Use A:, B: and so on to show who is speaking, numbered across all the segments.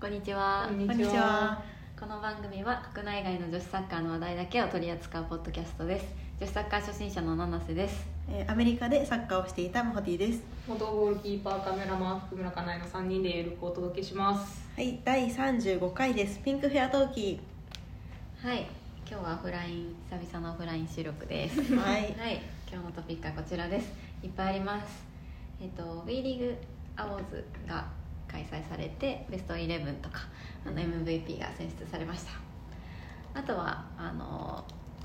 A: こんにちは
B: こんにちは。
A: この番組は国内外の女子サッカーの話題だけを取り扱うポッドキャストです女子サッカー初心者の七瀬です
C: えーアメリカでサッカーをしていたマホティです。
B: 元ゴールキーパー、カメラマン、福村かなえの三人でゆるくお届けします。
C: はい、第35回です。ピンクフェアトーキ
A: はい今日はオフライン久々のオフライン収録です
C: ー。はい、
A: はい今日のトピックはこちらですいっぱいありますえっ、と WE リーグアウォーズが開催されてベスト11とかあの MVP が選出されましたあとはあの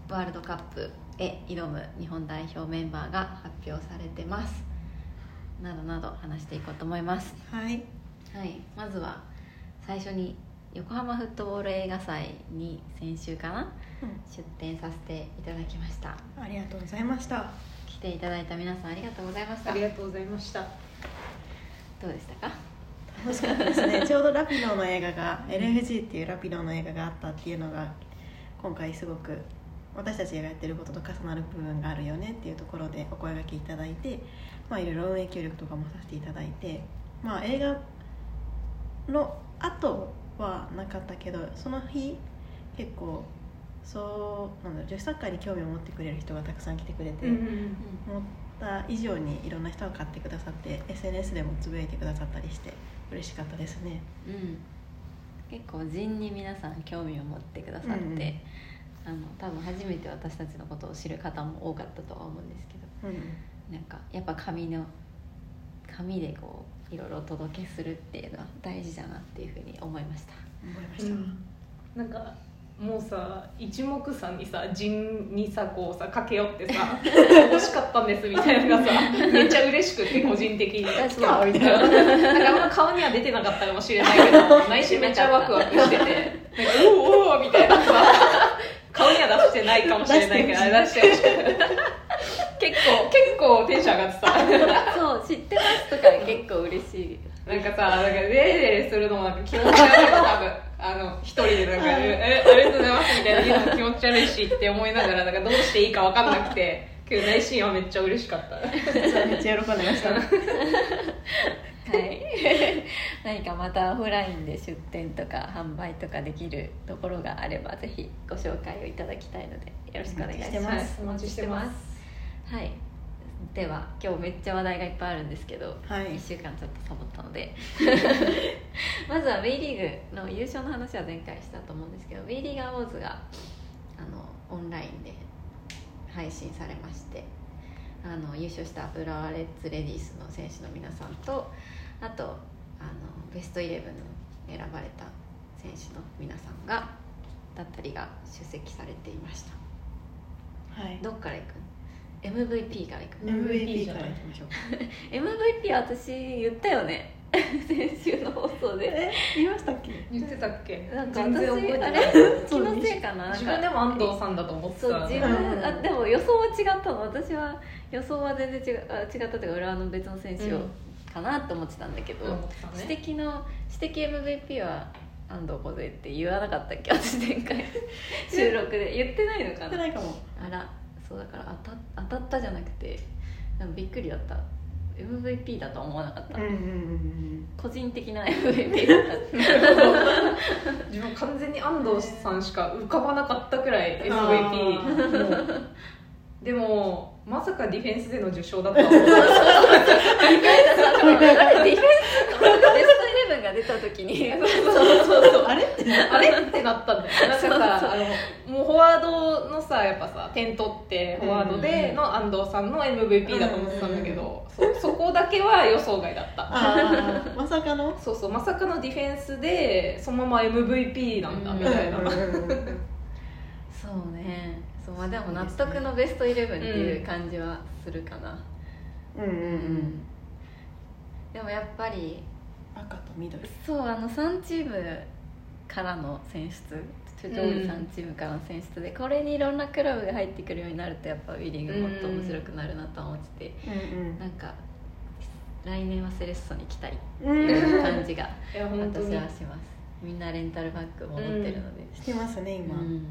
A: ワールドカップへ挑む日本代表メンバーが発表されてますなどなど話していこうと思います
C: はい、
A: はい、まずは最初に横浜フットボール映画祭に先週かな出展させていただきました
C: ありがとうございました。
A: 来ていただいた皆さんありがとうございました
B: あ
A: ど
B: りがとうございました。
A: うでしたか
C: 楽しかったですね。ちょうどラピノの映画が LFG っていうラピノの映画があったっていうのが今回すごく私たちがやってることと重なる部分があるよねっていうところでお声がけいただいて、まあいろいろ運営協力とかもさせていただいて、まあ映画の後はなかったけど、その日結構そうなんだろう女子サッカーに興味を持ってくれる人がたくさん来てくれて。
B: うん
C: 思った以上にいろんな人が買ってくださって SNS でもつぶやいてくださったりして嬉しかったですね
A: うん、結構人に皆さん興味を持ってくださって、
C: うんうん
A: あの多分初めて私たちのことを知る方も多かったとは思うんですけど
C: うん
A: なんかやっぱ紙の紙でこういろいろお届けするっていうのは大事だなっていうふうに思いました
C: 思いま
B: う
C: した、
B: ん。なんか。もうさ一目散にさ陣にさこうさ駆け寄って さ欲しかったんですみたいなのがさめっちゃ嬉しくて個人 的に
A: 確
B: 来たみたいななんかあんま顔には出てなかったかもしれないけ ど内心めっちゃワクワクしててなんかおーおーみたいなさ顔には出してないかもしれないけど出してほしい 結構結構テンション上がってた
A: そう知ってますとか結構嬉しい
B: なんかさ、なんかデレデレするのもなんか気持ち悪い多分あの一人でなんか、えありがとうござ いますみたいな言うのも気持ち悪いしって思いながらなんかどうしていいか分かんなくて、け ど内心はめっちゃ嬉しかった。
C: めっちゃ喜んでました
A: はい、 何かまたオフラインで出店とか販売とかできるところがあればぜひご紹介をいただきたいのでよろしくお願いします
C: お待ちしてます
B: お待ちしてます
A: はいでは今日めっちゃ話題がいっぱいあるんですけど、
C: はい
A: 1週間ちょっとサボったので まずは WE リーグの優勝の話は前回したと思うんですけど WE リーガーウォーズがあのオンラインで配信されましてあの優勝した浦和レッズレディースの選手の皆さんとあとあのベストイレブンの選ばれた選手の皆さんがだったりが出席されていました
C: はい
A: どっから行くの MVP から行くの
C: MVP からいきましょう
A: MVP 私言ったよね 先週の放送で
C: え言いましたっけ
B: 言ってたっけ？
A: なんか
B: 全
A: 私
B: 然覚えてな
A: あ
B: い。
A: れ気のせいかななんか
B: 自分でも安藤さんだと思ってた。
A: そう自分あでも予想は違ったの私は予想は全然違うあ違ったというか浦和の別の選手を、
B: うん
A: かなと思ってたんだけど、
B: 思ってたね
A: 指摘の指摘 MVP は安藤梢って言わなかったっけ 私前 回収録で言ってないのか
C: 言って
A: な
C: ないかも
A: あらそうだから当た当たったじゃなくてなんかびっくりだった MVP だとは思わなかった、
C: うんうんうん
A: 個人的な MVP だった
B: 自分完全に安藤さんしか浮かばなかったくらい
C: あ
B: MVP もうでもまさかディフェンスでの受賞だったわ
A: あれディフェンスとベストイレブンが出た時に
B: そうそうそう
C: うんあれって
B: あれってなったんだよなんかさ
A: そうそう
B: あのもうフォワードのさやっぱさ点取ってフォワード
C: うんうん
B: で
C: うん
B: の安藤さんの MVP だと思ってたんだけど、そうそこだけは予想外だった
C: あーまさかの
B: そうそうまさかのディフェンスでそのまま MVP なんだみたいな、
C: うんうんうんうん
A: そうねそうまあでも納得のベストイレブンっていう感じはするかな、
C: うんうんうん
A: でもやっぱり
C: 赤と緑
A: そうあの3チームからの選出上位3チームからの選出で、これにいろんなクラブが入ってくるようになるとやっぱウィリングもっと面白くなるなとは思ってて、
C: うん
A: なんか来年はセレッソに来たいって
C: うん
A: いう感じが
B: いや本当
A: 私
B: に
A: はしますみんなレンタルバッグも持ってるので、
C: してますね今、
A: うん、ね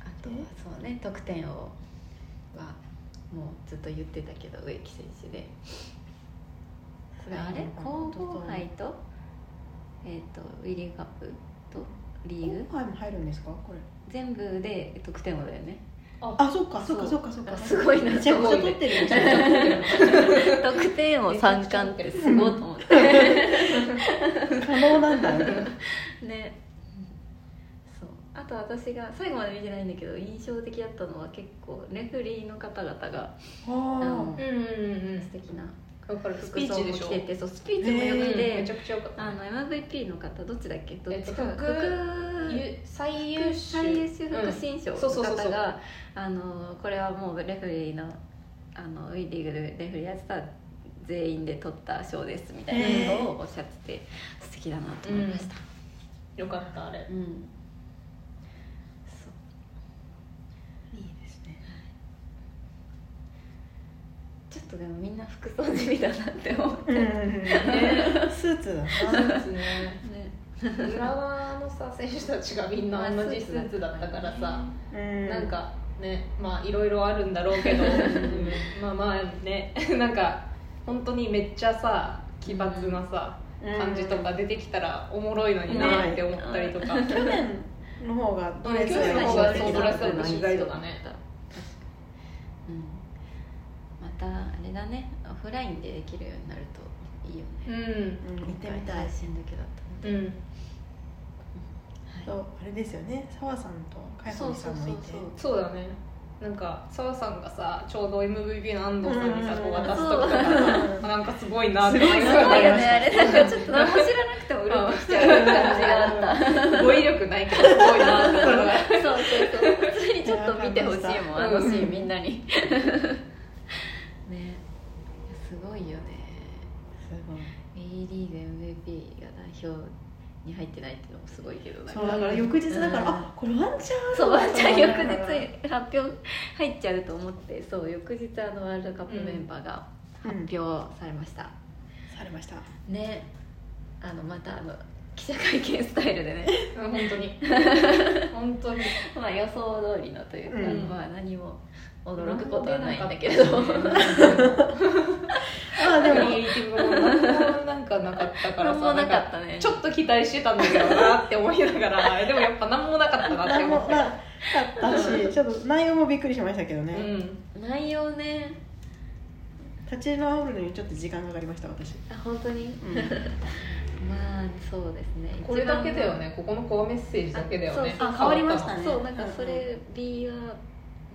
A: あとはそうね得点王はもうずっと言ってたけど植木選手でれあれ皇后杯とえっ、とウィリーカップとリーグ
C: 後輩も入るんですかこれ
A: 全部で得点王だよね
C: あそっかそっか
A: そ
C: そうっかそっか
A: あすごいな
C: めちゃくちゃ取ってるめちゃくちゃ取 ってる
A: 得点王三冠ってすごいと思って
C: 可能なんだね
A: ねそうあと私が最後まで見てないんだけど印象的だったのは結構レフェリーの方々があ
C: あ
A: の
B: うんうんうん
A: 素敵な
B: わかる
A: 服
B: スピー
A: 装
B: チ
A: も
B: で
A: 着
B: しょ
A: ててそうスピーチもよくて、
B: めちゃくちゃよかった
A: あの MVP の方どっちだっけどっちか
B: えっと
A: 副
B: ゆ最優
A: 優
B: 秀
A: 最優秀副審賞の
B: そうそうそうそ
A: 方
B: う
A: があのこれはもうレフェリーのあのウィリーグでレフェリーやってた全員で取った賞ですみたいなことをおっしゃってて素敵だなと思いました、
B: よかったあれ
A: うんそう
C: いいですね
A: ちょっとでもみんな服装地味だなって思って、
C: うん
A: ね
C: スーツだ
B: そうで
C: な
B: すね浦和のさ選手たちがみんな同じスーツだったからさ
C: うん
B: なんかねまあいろいろあるんだろうけど、うんまあまあね なんか本当にめっちゃさ奇抜なさ、
C: うん
B: 感じとか出てきたらおもろいのになって思ったりとか、
C: 去年の方がドレス
B: 去年の方
C: が
B: がそうドレスアップしづらいとかね
A: 確かにうんまたあれだねオフラインでできるようになるといいよ
B: う
A: ね、
B: ん
C: うん行ってみ
A: 今
C: た
A: 回
C: い
A: 配信だけだったの
B: う
A: で、
B: ん
C: とあれですよね澤さんと海
A: そう
C: 保
A: そ
C: さ
A: うんそうそ
C: もいうて
B: そうだねなんか澤さんがさちょうど MVP の安藤さんにさ
C: うん
B: こう渡すとかさ
C: うん
B: あなんかすごいなって思いな
A: すご
B: が
A: いよ
B: ら
A: ねあれなんかちょっと何も知らなくてもうるっときちゃう感じがあった
B: 語彙力ないけどすごいなって思いながら
A: そうそうそう普通にちょっと見てほしいもんあのシーンみんな に ねいやすごいよね
C: す
A: A
C: ごい
A: リーグ MVP が代表に入ってないっていうのもすごいけどなん
C: そう
A: か
C: だから翌日だから、
A: うん
C: あこれワンチャン
A: そうワンちゃん翌
C: だから
A: 日発表入っちゃうと思ってそう翌日あのワールドカップメンバーが
C: うん
A: 発表されました、
C: されました
A: ねあのまたあの記者会見スタイルでね
B: うん本当に本当に
A: まあ予想通りのというか、
C: うん
A: まあ何も驚くことはないんだけれども
C: まあでも
B: クリエイティブも何もなんかなかったか ら
A: 何
B: さ
A: もなか
B: ん
A: っ
B: か
A: たね
B: ちょっと期待してたんだけどなって思いなが らでもやっぱ何もなかったなって
C: 何
B: 思
C: も
B: っ
C: な
B: て、
C: かったしちょっと内容もびっくりしましたけど
B: う
C: ね、
B: ん
A: 内容ね
C: 立ち直るのにちょっと時間かかりました私、
A: あ本当に
C: うん、
A: まあそうですね
B: これだけだよねここのコアメッセージだけだよね
A: あそうそう
C: あ変わりましたね
A: そうなんかそれ B は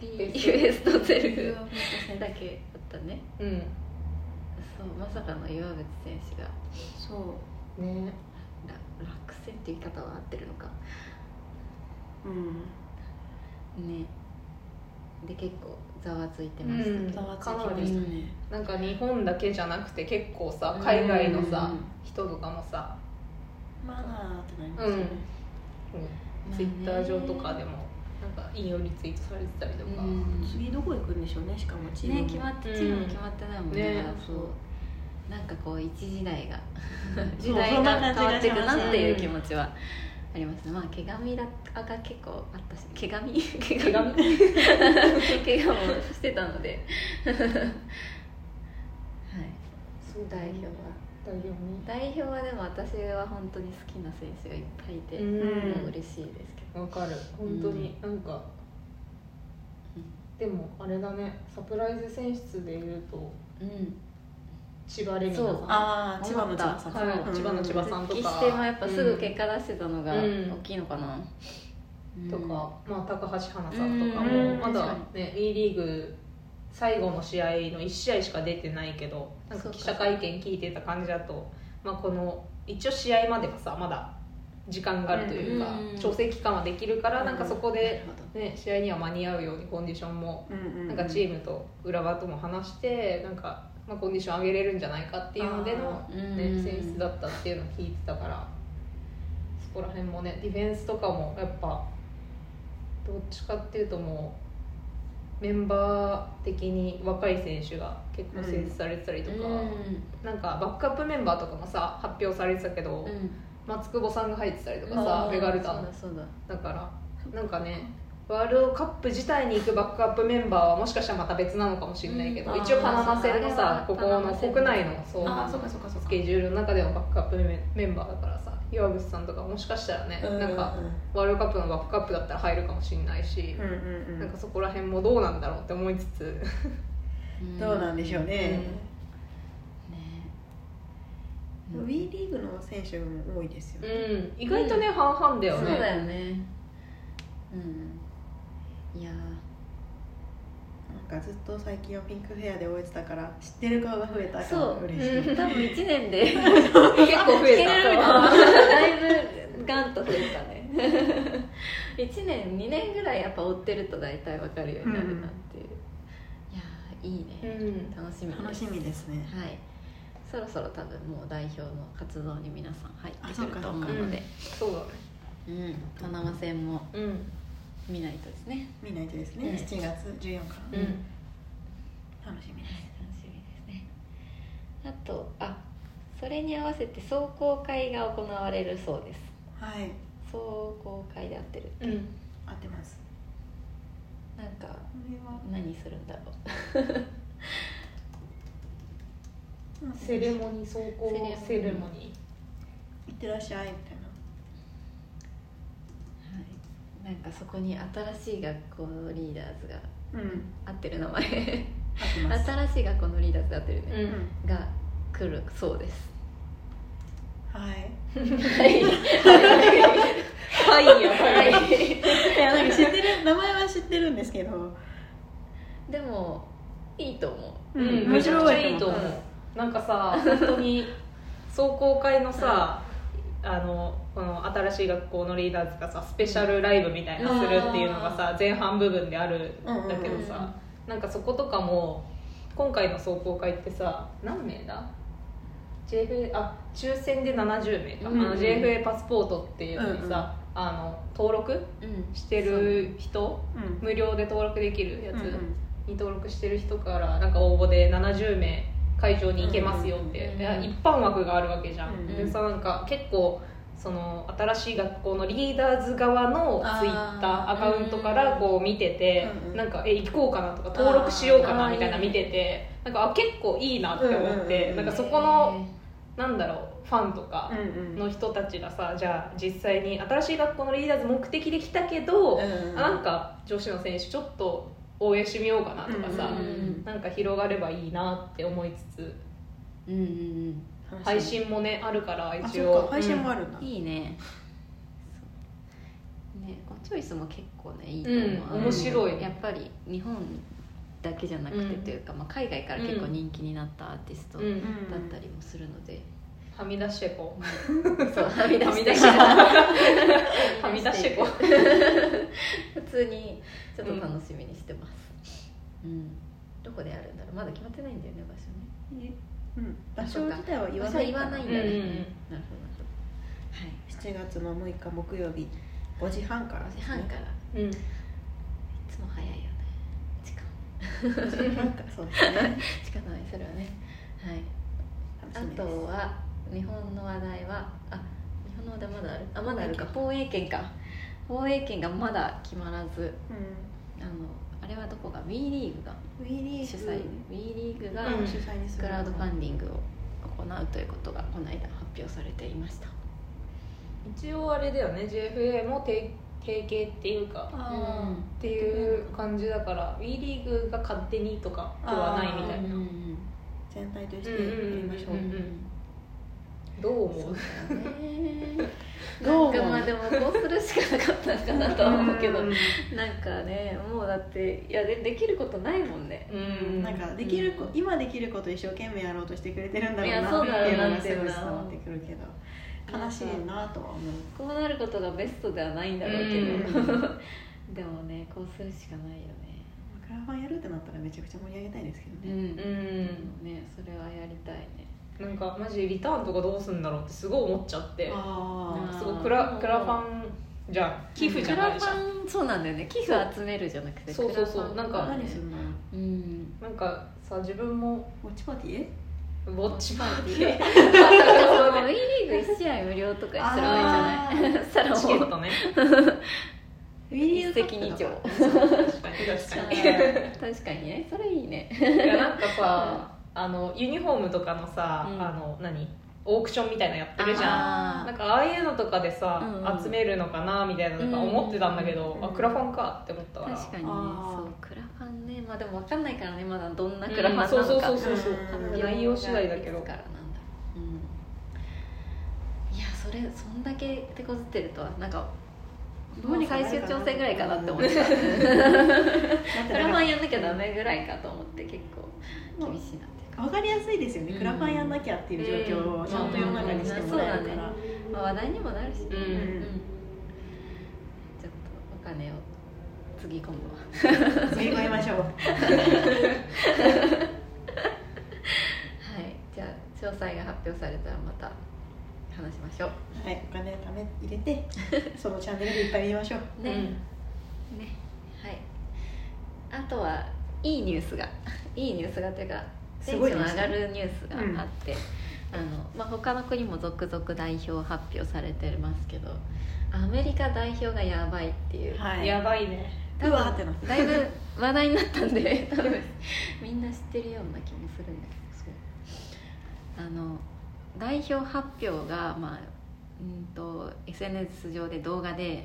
A: B
B: ベスト
A: US とゼ
C: 理由
A: ル
C: は本当先
A: だけだったね
B: うん
A: そうまさかの岩渕選手が
C: そ
B: ね
A: ら落選っていう言い方は合ってるのか
C: ううん
A: ねで結構ざわついてましたけど、
C: ざわつき
B: かな
C: ま
B: り
C: したね
B: なんか日本だけじゃなくて結構さ海外のさ、
A: うん
B: 人とかもさ、
C: まあってなりましたね、
B: ツイッター上とかでもなんか引用リツイートされてたりとか、
A: うん
C: 次どこ行くんでしょうねしかもチームも
A: ね決まってチームも決まってないもんね,、
B: ね
A: そうなんかこう一時代が
C: そう
A: 時代が
C: そんな
A: 変
C: 感じが
A: わっていくなっていう気
B: し
A: 持ちはありますねまあ毛髪だあが結構あったし毛髪毛
B: 手
A: 髪
B: 紙ね
A: 怪我もしてたのではい代表は
B: 代表に
A: 代表はでも私は本当に好きな選手がいっぱいいて、も
C: ん
A: う嬉しいですけど
B: わかる本当に、なんか、
A: うん
B: でもあれだねサプライズ選出でいうと
A: うん
B: 千葉レミナさん
A: そう
C: ああ千葉の千葉さん、
B: はい
C: うん
B: 千葉の千葉さんとか
A: 復帰してもやっぱすぐ結果出してたのが
B: うん
A: 大きいのかな、うん
B: とか、まあ、高橋花さんとかも、
C: うん
B: まだね B リーグ最後の試合の1試合しか出てないけどなん
A: そ
B: か
A: うか
B: 記者会見聞いてた感じだと、まあ、この一応試合まではさまだ時間があるというか、
A: うん
B: 調整期間はできるから、なんかそこで、
C: なるほど
B: ね、試合には間に合うようにコンディションも
C: うんうん
B: なんかチームと浦和とも話してなんか、まあ、コンディション上げれるんじゃないかっていうのでの
C: あ、
A: うん
B: ね、選出だったっていうのを聞いてたからそこら辺もねディフェンスとかもやっぱどっちかっていうともうメンバー的に若い選手が結構選出されてたりとか、
A: う
B: なんかバックアップメンバーとかもさ発表されてたけど、
A: んうん
B: 松久保さんが入ってたりとか
A: う
B: さ
A: ん
B: ベガルタ
A: そう
B: ン
A: だそうだ
B: だからなんかねワールドカップ自体に行くバックアップメンバーはもしかしたらまた別なのかもしれないけど、
A: うん
B: 一応パナマ戦のさ
A: あー
B: ここの国内のそう
A: ああそうかそうかそう
B: ス
A: か
B: ケジュールの中でのバックアップメンバーだからさ岩渕さんとかもしかしたらね、
C: うん
B: なんかワールドカップのバックアップだったら入るかもしれないし
C: うん、うんう
B: なん
C: ん
B: かそこら辺もどうなんだろうって思いつつ、
C: どうなんでしょうね、
A: ね
C: ウィ WE リーグの選手も多いですよ
B: う
C: ね、
B: ん、意外とね、半々だよ
A: そう
B: ね
A: だよねうんいや
C: なんかずっと最近はピンクフェアで終えてたから知ってる顔が増えたから
A: そう
C: 嬉しい、
A: ー多分1年で
B: 結構増え
A: 聞けられる
B: た
A: か なだいぶガンと増えたね1年2年ぐらいやっぱ追ってると大体わかるようになるなっていう、いやーいいね、
B: ん
A: 楽しみです
C: 楽しみですね
A: はいそろそろ多分もう代表の活動に皆さん入ってくる
C: あそうか
A: と思うので
B: そうだね
A: うんパナマ戦も
B: うん
A: 見ないとですね
C: 見ないとです
A: うん
C: ね7月14日、
B: うん、
C: 楽しみ
A: はい
C: で
A: 楽しみですねあとあそれに合わせて壮行会が行われるそうです
C: すはい
A: 壮行会で合ってる
B: うん
C: 合ってます
A: なんか
C: これは
A: 何するんだろ
B: セレモニー走行
A: セ
B: セ
A: レ
B: レ
A: モ
B: モニ
C: いってらっしゃいみたい
A: う、
C: な
A: はい、なんかそこに新しい学校のリーダーズが
C: うん
A: 合ってる名前
C: 合ってます
A: 新しい学校のリーダーズで合ってるね、
B: ー、
C: う
B: うんん、
A: が来るそうです。
C: はい
A: はい。
B: はいよはいよ
C: いや なんか知ってる名前は知ってるんですけど、
A: でもいいと思
B: うん、
C: 面
B: めちゃく
C: 白
B: ちゃいいと思
C: 思
B: う。なんかさ、本当に壮行会のさ、あのこの新しい学校のリーダーズがさスペシャルライブみたいなするっていうのがさ前半部分であるんだけど
A: うんうんうん
B: さ、なんかそことかも今回の壮行会ってさ何名だ JFA あ抽選で70名か、
A: うんうん
B: あの JFA パスポートっていうのにさ、あの登録
A: う。うん
B: してる人
C: ううん
B: 無料で登録できるやつ、
C: うんうん
B: に登録してる人からなんか応募で70名会場に行けますよって、
A: うん
B: いや一般枠があるわけじゃん、
C: うん
B: でさなんか結構その新しい学校のリーダーズ側の
C: あー
B: ツイッターアカウントからこう見てて、
C: うんうん
B: なんかえ行こうかなとか登録しようか
A: あ
B: な
A: ー
B: みたいな見ててなんかあ結構いいなって思って、
C: うんうんうん
B: なんかそこのなんだろうファンとか
C: うん
B: の人たちがさじゃあ実際に新しい学校のリーダーズ目的で来たけど、
C: うん
B: なんか女子の選手ちょっと応援してみようかなとかさ、
A: うんうんうん
B: なんか広がればいいなって思いつつ
A: うんうん
B: 配信もねあるから
C: あ
B: 一
C: そっ
B: 応
C: か配信もあるんだ、
A: うん。いいね。そうね、このチョイスも結構ねいいと思う。
B: うん
C: 面
B: 白い
A: やっぱり日本だけじゃなくてというか、まあ海外から結構人気になったアーティスト
B: うん、う
A: だ
B: ん
C: うん
A: ったりもするので、
B: はみ出してこ
A: そうはみ出して
B: はみ出してう はみ出してこう
A: 普通にちょっと楽しみにしてます。うん。どこでやるんだろうまだ決まってないんだよね場所ね。
C: うん、場所自体は言
A: 場
C: わない
A: 所は言わないんだね。
B: うんうんうん
A: なるほどなるほど。はい。
C: 7月の6日木曜日5時半から
A: 5時半からい
B: うん
A: つも早いよね時間
C: 5時半からそうですね
A: しかないそれはねはい あ
C: 楽しみで
A: と
C: す
A: は日本の話題はあ日本の話題まだあるあまだあるか放映権か放映権がまだ決まらずあのあれはどこが WE リーグが
C: うん、ウィリーグ
A: 主催 WE リーグが
B: うん
C: 主催にする
A: クラウドファンディングを行うということがこの間発表されていました
B: 一応あれだよね JFA も提提携っていうか
C: あー
B: っていう感じだから WE リーグが勝手にとかではないみたい
A: うんう
B: なん
C: 全体としてや
B: うんうん
C: りましょう,、
B: うんどう思う
A: そうだね
C: どう思う
A: なんかまあでもこうするしかなかったのかなとは思うけど
C: ん
A: なんかねもうだっていやでできることないもんね
B: う
C: なんかできるこ、
A: うん
C: 今できること一生懸命やろうとしてくれてるんだろう
A: いやそう
C: な
A: だ
C: っ
A: ろ
C: ていううの
A: な
C: が
A: ってい
C: す
A: う
C: ご
A: の
C: い
A: は
C: 伝わってくるけど悲しいなとは思う
A: こうなることがベストではないんだろうけど、
C: うん
A: でもねこうするしかないよね
C: クラファンやるってなったらめちゃくちゃ盛り上げたいですけど
A: う
C: ね、
A: ん
B: う
A: で
B: ん
A: もねそれはやりたいね
B: なんかマジリターンとかどうすんだろうってすごい思っちゃって
C: あ
B: すごいクラ
A: あー
B: クラファンじゃん寄付じゃ
A: クラ
B: な
A: フ
B: いじゃん
A: ァンそうなんだよね寄付集めるじゃなくて
B: そうそうそう
A: クラファン
B: な
C: あ
B: んか
C: 何するの
A: うん
B: なんかさ自分も
C: ウォッチパーティー
B: ウォッチパーテ ィー
A: なんかもう WE リーグ1試合無料とかにすればいいんじゃない そしたら
B: チ
A: も
B: ケ
A: う
B: ットね
C: ウィリー
A: 一
C: ズカッ
A: 石
C: プ
A: 二鳥
C: だか
B: 確かに確かに
A: 確かにねそれいいね
B: いやなんかさあのユニフォームとかのさ、
A: うん
B: あの何オークションみたいなのやってるじゃん
A: あ
B: な
A: ー
B: んかああいうのとかでさ、
A: うんうん
B: 集めるのかなみたいなのとか思ってたんだけど、
C: うん
B: あクラファンかって思ったから
A: 確かにね
C: あー
A: そうクラファンねまあでも分かんないからねまだどんなクラファンなのか、
B: うんそうそうそうそう
C: うん
A: 発表
B: 内容次第だけど
A: いつからなんだろう、うん、いやそれそんだけ手こずってるとはなんかどうにか最終調整ぐらいかなって思ってた
C: ら
A: クラファンやんなきゃダメぐらいかと思って結構厳しいなっていうか、
C: わかりやすいですよね、
B: うん
C: クラファンやんなきゃっていう状況をちゃんと世の中にしてもらえるから、
A: まあ、話題にもなるし、う
B: うん
A: んちょっとお金をつぎ込むわ
C: 次超えましょう
A: はいじゃあ詳細が発表されたらまた話しましょう
C: はいお金ため入れて そのチャンネルでいっぱい見ましょう
A: ね、ねはいあとはいいニュースが いいニュースがというかテ
C: す
A: ンシ
C: ごいニ
A: ョ
C: ュー
A: ン
C: ス
A: 上がるニュースがあって、あのまあ、他の国も続々代表発表されてますけどアメリカ代表がやばいっていう、
B: う
C: は
B: ん、
C: い
B: やばいね
C: うわーってなった
A: だいぶ話題になったんで多分みんな知ってるような気もするんだけどそうあの代表発表が、まあ、うんと SNS 上で動画で、
C: うん
A: えっ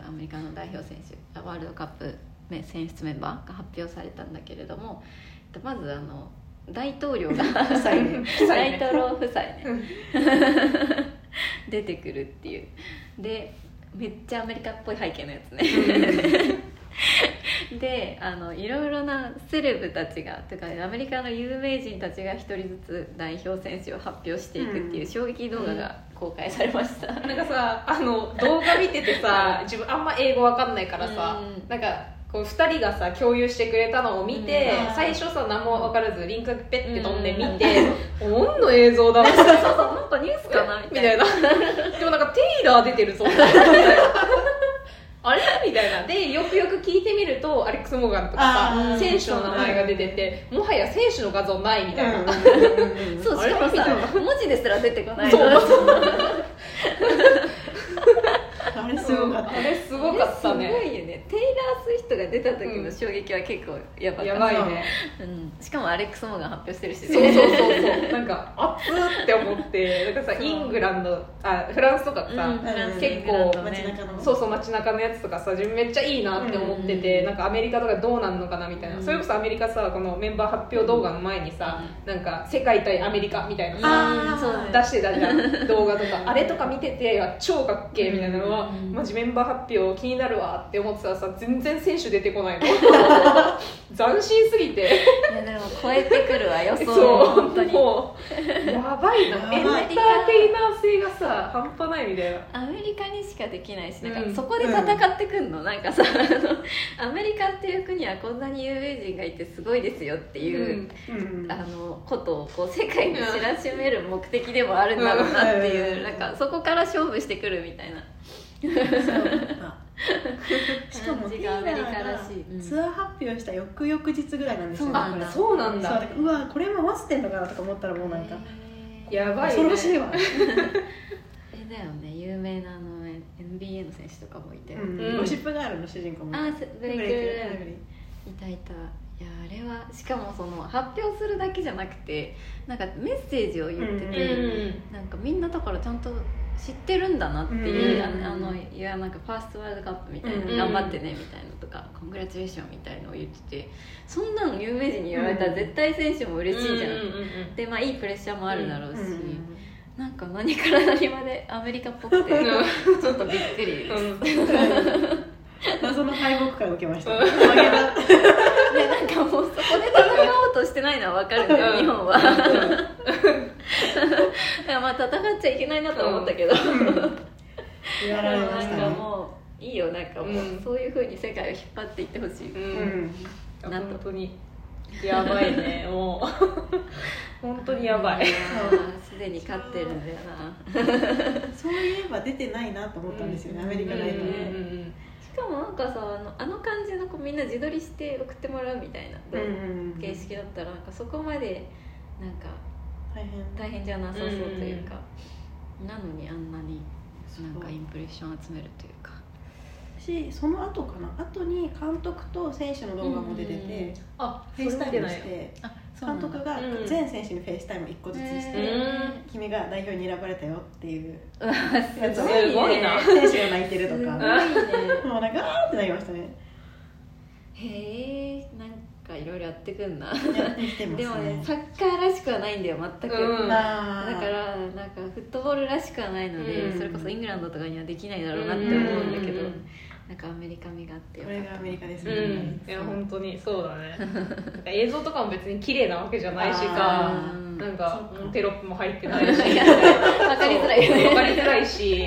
A: と、アメリカの代表選手あワールドカップめ選出メンバーが発表されたんだけれども、えっと、まずあの大統領が
C: 夫妻 ね
A: 大統領夫妻ね 出てくるっていうでめっちゃアメリカっぽい背景のやつねであのいろいろなセレブたちがとかアメリカの有名人たちが一人ずつ代表選手を発表していくっていううん衝撃動画が公開されま した、
B: なんかさあの動画見ててさ自分あんま英語わかんないからさ、
A: うん
B: なんかこう2人がさ共有してくれたのを見て、
C: うん
B: 最初さ何も分からずリンクペッて飛んで見て、何の映像 だろう
A: そうそうなんかニュースかなみ
B: み
A: た
B: た
A: い
B: い
A: な
B: なでもなんかテイラー出て るぞあれみたいなでよくよく聞いてみるとアレックス・モーガンとか
C: あ
B: さ
C: ー
B: 選手の名前が出ててもはや選手の画像ないみたいな、
C: うん
A: そう
B: あ
A: し
B: れ
A: かも
B: みたい
A: さ文字ですら出てこない
B: そう
C: あれすごかった
B: あれすごかった
A: あれ
B: ね
A: すごいよねテイラー・スウィフトが出た時の衝撃は結構やばかった、
B: やばいね
A: うん、しかもアレックス・モーガン発表してるしね、
B: そうそうそうそうなんか熱っって思ってなんかさ
A: そう
B: イングランドあフランスとかさ、
A: うんフランス
B: 結構
A: イングランドね
C: 街中の
B: そうそう街中のやつとかさ自分めっちゃいいなって思ってて、
A: うん
B: なんかアメリカとかどうなんのかなみたいな、
A: うん
B: それこそアメリカさこのメンバー発表動画の前にさ、なんか世界対アメリカみたいなさ、
C: あー
A: そうだね
B: 出してたじゃん動画とかあれとか見ててあ超かっけえみたいなのは、
A: うん
B: マジメンバー発表気になるわって思ってたらさ全然選手出てこ ないの斬新すぎて
A: いやでも超えてくるわ予想
B: そう
A: 本当に
B: もうやばいなエン
C: や
B: タ
C: ば
B: ー
A: い
B: テイナー性がさ半端ないみたいな
A: アメリカにしかできないしなんか、
B: うん
A: そこで戦ってくんの、なんかさあのアメリカっていう国はこんなに有名人がいてすごいですよっていう、
C: うん
A: あのことをこう世界に知らしめる目的でもあるんだろうなっていう、
C: うん
A: なんかそこから勝負してくるみたいな
C: そうあしかも
A: 感
C: テ
A: じ
C: イ
A: が
C: ラ
A: ア
C: ー
A: メリカら
C: が
A: しいうん
C: ツアー発表した翌々日ぐらいなんですよ
A: そうなんだ
C: こ
B: そうなん
C: れそうだからうわこれも合わせてんのかなとか思ったらもうなんか
A: へー
B: やばい
C: 恐
B: ね
C: ろしいわ
A: あれだよね有名なあの NBA の選手とかもいて、
C: うんゴシップガールの主人公も
A: ああブレイクルーム
C: リ
A: いたいたいやあれはしかもその発表するだけじゃなくてなんかメッセージを言って
B: う
A: て、
B: ん
A: なんかみんなだからちゃんと知ってるんだなっていう、
B: うん
A: あのあのいやなんかファーストワールドカップみたいな、
B: う
A: 頑
B: ん
A: 張ってねみたいなとかコングラチュエーションみたいのを言っててそんなの有名人に言われたら絶対選手も嬉しいじゃん、
B: うんうん
A: でまあいいプレッシャーもあるだろうし、
C: うん
A: なんか何から何までアメリカっぽくて
B: うんうん
A: ちょっとびっくり
B: うんうん
C: 謎の敗北感を受けました
B: うん
C: 負けた
A: でなんかもうそこで戦おうとしてないのは分かるんだよ、
B: うん
A: 日本はだからまあ戦っちゃいけないなと思ったけど、
C: やられま
A: な
C: し
A: ん
C: た
A: か
C: ね
A: もういいよなんかもう、
B: うん
A: そういうふうに世界を引っ張っていってほしい、
B: う
C: うん
B: うん
C: ん
A: なんと
B: 本当にやばいねもう本当にやばい
A: やーすでに勝ってるんだよな
C: そういえば出てないなと思ったんですよねアメリ
B: うん
C: カ
B: うん
C: ライト
B: う
C: ね
B: ん
A: しかもなんかさあのあの感じのこうみんな自撮りして送ってもらうみたいな、
C: うん
A: 形式だったらなんかそこまでなんか
C: 大変
A: 大変じゃなさそうというか、なのにあんなになんかインプレッション集めるというか
C: しその後かな後に監督と選手の動画も出てて、
A: うん
B: あ
C: フェイスタイムし
B: それ
C: て
A: あそうな
C: 監
A: んだ
C: 督が
B: うん
C: 全選手にフェイスタイム1個ずつして、
B: へ
C: 君が代表に選ばれたよっていう
A: うわ
C: やつ
A: す
C: を
A: ご
B: ご
A: い
B: い
C: 見て
B: な
C: 選手が泣いてると
A: すごい
C: か
A: ね
C: もうなんかあーってなりましたね
A: へえなんかいろいろやってくんな
C: やってきてます
A: でもね
C: ね
A: サッカーらしくはないんだよ全く、
B: うん
C: まあ
A: だからなんかフットボールらしくはないので、
B: うん
A: それこそイングランドとかにはできないだろうな
B: だ
A: っ
B: ってて
A: 思
B: 思
A: う
B: うんん
A: だ
B: だ
A: け
B: け
A: ど、
B: ど
A: なんかアメリカ味があってよ
C: こ
A: かっ
C: れがアメリカです
B: う
C: ね、
B: んいや本当にそうだねなんか映像とかも別に綺麗なわけじゃないし
A: あ
B: か
A: ー
B: なんか
C: そっか
B: テロップも入ってないし
A: た わかりづらいよ
B: そうわか
A: ね
B: りづら いし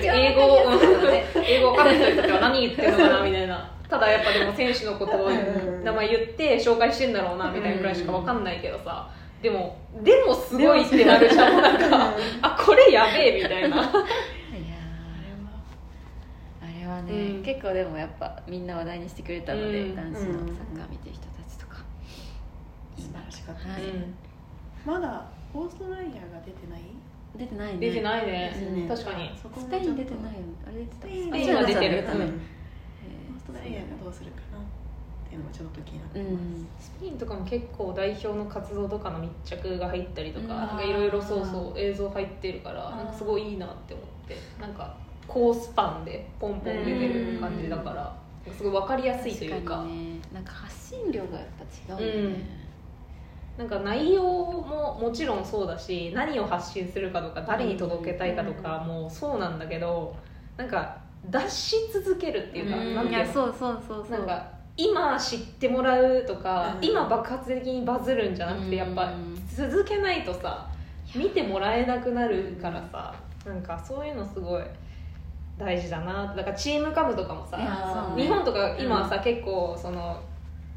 A: 一番
B: 英語
A: わかりやすいよね
B: 英語わかんない時は何言ってるのかなみたいなただやっぱでも選手のことを名前言って紹介してんだろうなみたいなくらいしかわかんないけどさでもでもすごいってなるじゃんなんかあこれやべえみたいない
A: やーあれはね、
B: うん
A: 結構でもやっぱみんな話題にしてくれたので、
B: うん
A: 男子のサッカー見てる人たちとか、
C: 素晴らしかった
A: は
C: で
A: い
C: す、まだオーストラリアが出てない
A: 出てないね
B: 出てない
C: で
B: ね
C: すね
B: 確かに
C: そこ
A: ス
C: もち
A: ペ
C: ょっ
A: イ
C: と
A: ン出てないよねあれ出てた
C: ス
B: ペイン
A: あ
B: は出てる
A: 違う
B: うん
A: 出て
C: オーストラ
A: た
C: リア
A: へ
C: がどうするかなっていうのもちょっと気になっ
A: ーう
C: てます、
A: ん
B: スペインとかも結構代表の活動とかの密着が入ったりとか
A: うん
B: なんかいろいろそうそう映像入ってるから
C: あー
B: なんかすごいいいなって思ってなんか高スパンでポンポン出てる感じだからなんかすごい分かりやすいというか
A: 確にねなんか発信量がやっぱ違うよね、
B: なんか内容ももちろんそうだし何を発信するかとか誰に届けたいかとかもそうなんだけどなんか出し続けるっていうか
C: うん
B: なん
A: い
B: てい
A: や
B: うの
A: そうそうそうそ
B: な
A: うん
B: か今知ってもらうとか、
C: うん
B: 今爆発的にバズるんじゃなくてやっぱ
A: うん
B: 続けないとさ見てもらえなくなるからさなんかそういうのすごい大事だなだからチームカムとかも
A: いや
B: さ
A: そうね
B: 日本とか今さ、結構その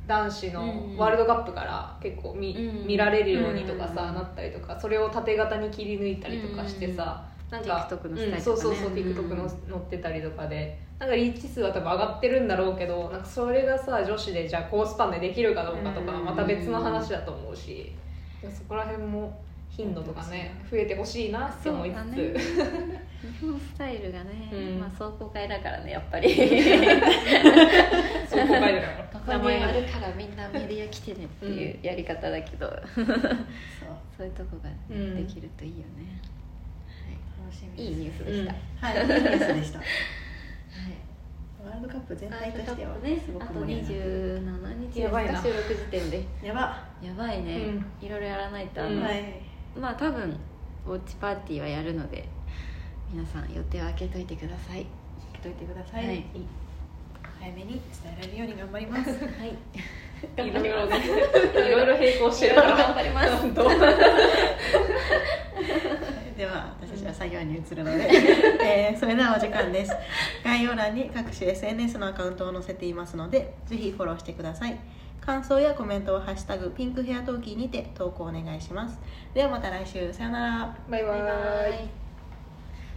B: 男子
A: う
B: の
A: ん
B: ワールドカップから結構見,、
A: うん
B: 見られるようにとかさ、
A: うん
B: なったりとかそれを縦型に切り抜いたりとかしてさ、なんか
A: TikTok のスタイルとかね
B: うん、そうそうそう
A: うん
B: TikTok の載ってたりとかでなんかリーチ数は多分上がってるんだろうけどなんかそれがさ女子でじゃあ高スパンでできるかどうかとか
C: うん
B: また別の話だと思うしそこら辺も頻度とかね増えてほしいなって思いつ
A: そうだ ね
B: つ
A: 日本スタイルがね、
B: うん
A: まあ壮行会だからねやっぱり
B: そう公開だから
A: ここ
B: 名
A: に
B: 前が
A: あるからみんなメディア来てねっていうやり方だけど、
C: そう
A: そういうとこがね、
B: うん
A: できるといいよね、
C: 楽しみ
A: はい、いいニュースで
B: う
A: し
B: ん
A: た、はい
C: はいいいニュースでしたワールドカップ全体としては
A: あとね
C: すご
A: あ
C: く
A: と
C: 盛り上がる
A: 27日です
B: やばい
A: か
B: な
A: 収録時点で
C: やば、
A: やばいね、いろいろやらないとあんま、
C: はい
A: まあ多分ウォッチパーティーはやるので皆さん予定を空けといてください
C: 聞といてください、
A: はい
C: 早めに伝えられるように頑張ります
A: は い
B: いろいろねいろいろ並行してるから
A: 頑張ります
B: 本当
C: では私たちは作業に移るの で、えーそれではお時間です概要欄に各種 SNS のアカウントを載せていますのでぜひフォローしてください感想やコメントをハッシュタグピンクヘアトーキーにて投稿お願いしますではまた来週さよなら
B: バイバ
A: バイバ
B: ーイ
A: イ